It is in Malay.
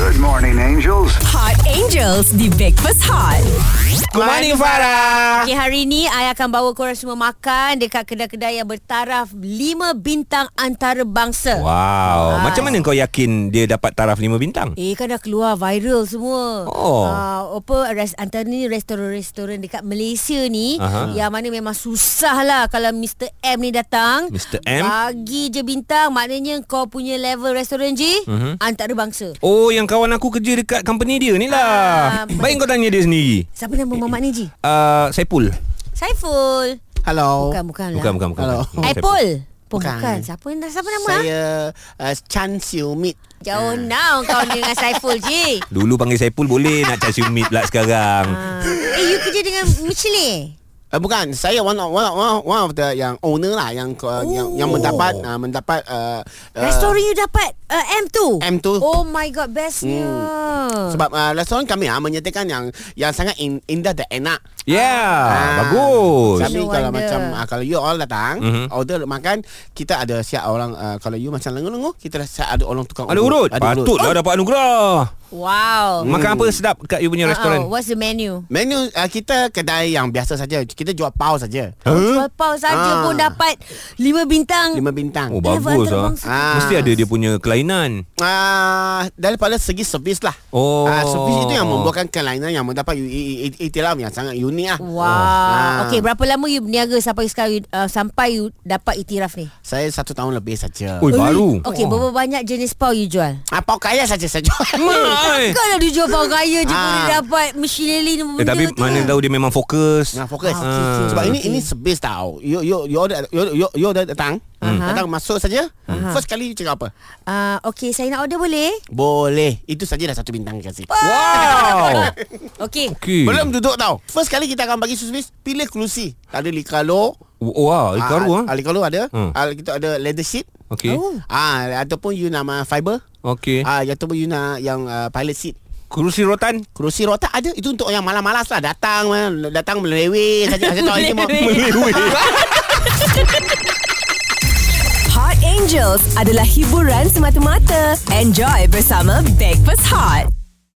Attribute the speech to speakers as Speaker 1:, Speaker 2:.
Speaker 1: Good morning, angels.
Speaker 2: Hot Angels di Breakfast Hot.
Speaker 3: Good morning Farah
Speaker 2: Okay, hari ni I akan bawa korang semua makan dekat kedai-kedai yang bertaraf 5 bintang antarabangsa.
Speaker 3: Wow Macam mana kau yakin Dia dapat taraf 5 bintang
Speaker 2: Eh kan dah keluar viral semua.
Speaker 3: Oh.
Speaker 2: Uh, apa res, antara ni restoran-restoran dekat Malaysia ni
Speaker 3: Aha.
Speaker 2: yang mana memang susah lah kalau Mr M ni datang.
Speaker 3: Mr. M?
Speaker 2: Bagi je bintang maknanya kau punya level restoran je uh-huh.
Speaker 3: Mhm.
Speaker 2: antarabangsa.
Speaker 3: Oh yang kawan aku kerja dekat company dia ni lah
Speaker 2: Ah.
Speaker 3: Baik kau tanya dia sendiri
Speaker 2: Siapa nama mamak ni Ji?
Speaker 3: uh, Saipul
Speaker 2: Saiful.
Speaker 4: Hello.
Speaker 2: Bukan bukan lah.
Speaker 3: Bukan bukan bukan,
Speaker 4: Hello.
Speaker 3: bukan.
Speaker 2: Saiful. Pun bukan.
Speaker 4: Bukan.
Speaker 2: bukan. Siapa siapa nama? ah?
Speaker 4: Saya uh, Chan Siu Mit.
Speaker 2: Jauh now kau dengan Saiful Ji.
Speaker 3: Dulu panggil Saipul boleh Nak cari umit pula sekarang
Speaker 2: Ah. Eh you kerja dengan Michelin.
Speaker 4: Uh, bukan, saya one of, one of, one of- one of the yang owner lah yang uh, yang, yang mendapat uh, mendapat uh, uh,
Speaker 2: Oh. Restoran you dapat uh, M2.
Speaker 4: M2.
Speaker 2: Oh my god bestnya.
Speaker 4: Sebab uh, restoran kami uh, menyatakan yang yang sangat in, indah dan enak.
Speaker 3: Yeah
Speaker 4: Ah.
Speaker 3: Ya, Bagus
Speaker 4: Tapi
Speaker 2: No
Speaker 4: kalau
Speaker 2: wonder.
Speaker 4: macam uh, kalau you all datang
Speaker 3: Mhm.
Speaker 4: mm-hmm. order makan, kita ada siap orang uh, kalau you macam lengur-lengur, kita siap ada orang tukang
Speaker 3: Ada urut lah. Patutlah dapat anugerah
Speaker 2: Wow.
Speaker 3: Makan apa sedap Kat you punya restoran
Speaker 2: Uh-oh. What's the menu?
Speaker 4: Menu uh, kita kedai yang biasa saja. Kita jual pau saja.
Speaker 2: Huh? Jual saja
Speaker 4: Ah.
Speaker 2: pun dapat 5 bintang.
Speaker 4: Lima bintang.
Speaker 3: Oh
Speaker 2: Level
Speaker 3: bagus lah
Speaker 2: antarabangsa.
Speaker 4: Ah.
Speaker 3: Mesti ada dia punya kelainan
Speaker 4: Ah, daripada segi servis lah.
Speaker 3: Oh.
Speaker 4: Ah, servis itu yang membuatkan kelainan yang mendapat i- i- i- iktiraf yang sangat unik lah.
Speaker 2: Wow.
Speaker 4: Ah.
Speaker 2: Okay, berapa lama you berniaga sampai sekarang you, uh, sampai you dapat iktiraf ni?
Speaker 4: Saya satu tahun lebih saja.
Speaker 3: Ui baru Oh.
Speaker 2: Okay, berapa banyak jenis pau you jual?
Speaker 4: Ah, pau kaya saja saja.
Speaker 2: Hmm.
Speaker 3: Mai.
Speaker 2: Kau dah dia jual pau raya je
Speaker 4: Hmm. Ah.
Speaker 2: boleh dapat Michelin benda
Speaker 3: Eh, tapi
Speaker 2: tu. lah.
Speaker 3: mana tahu dia memang fokus.
Speaker 4: Nah, fokus.
Speaker 2: Ah, okey, okey.
Speaker 4: Sebab ini
Speaker 2: Okey.
Speaker 4: ini servis tau. You you you order you you, you order datang.
Speaker 2: Aha.
Speaker 4: Datang masuk saja.
Speaker 2: Aha.
Speaker 4: First kali you cakap apa?
Speaker 2: Ah, okay, saya nak order boleh?
Speaker 4: Boleh. Itu saja dah satu bintang kasih.
Speaker 3: Wow.
Speaker 2: Okay.
Speaker 3: Okey.
Speaker 4: Belum duduk tau. First kali kita akan bagi servis pilih kerusi. Ada likalo.
Speaker 3: Wah, ikaru ah.
Speaker 4: Ah, likalo ada.
Speaker 3: Hmm.
Speaker 4: Ah, kita ada leather sheet.
Speaker 3: Okey.
Speaker 2: Oh.
Speaker 4: Ah, ataupun you nama fiber.
Speaker 3: Okey.
Speaker 4: Ah, yang tu pun you nak yang uh, pilot seat.
Speaker 3: Kerusi rotan.
Speaker 4: Kerusi rotak ada Itu untuk yang malas-malas lah Datang eh, Datang meleweh saja Saya tahu ini mau
Speaker 5: Hot Angels adalah hiburan semata-mata. Enjoy bersama Breakfast Hot.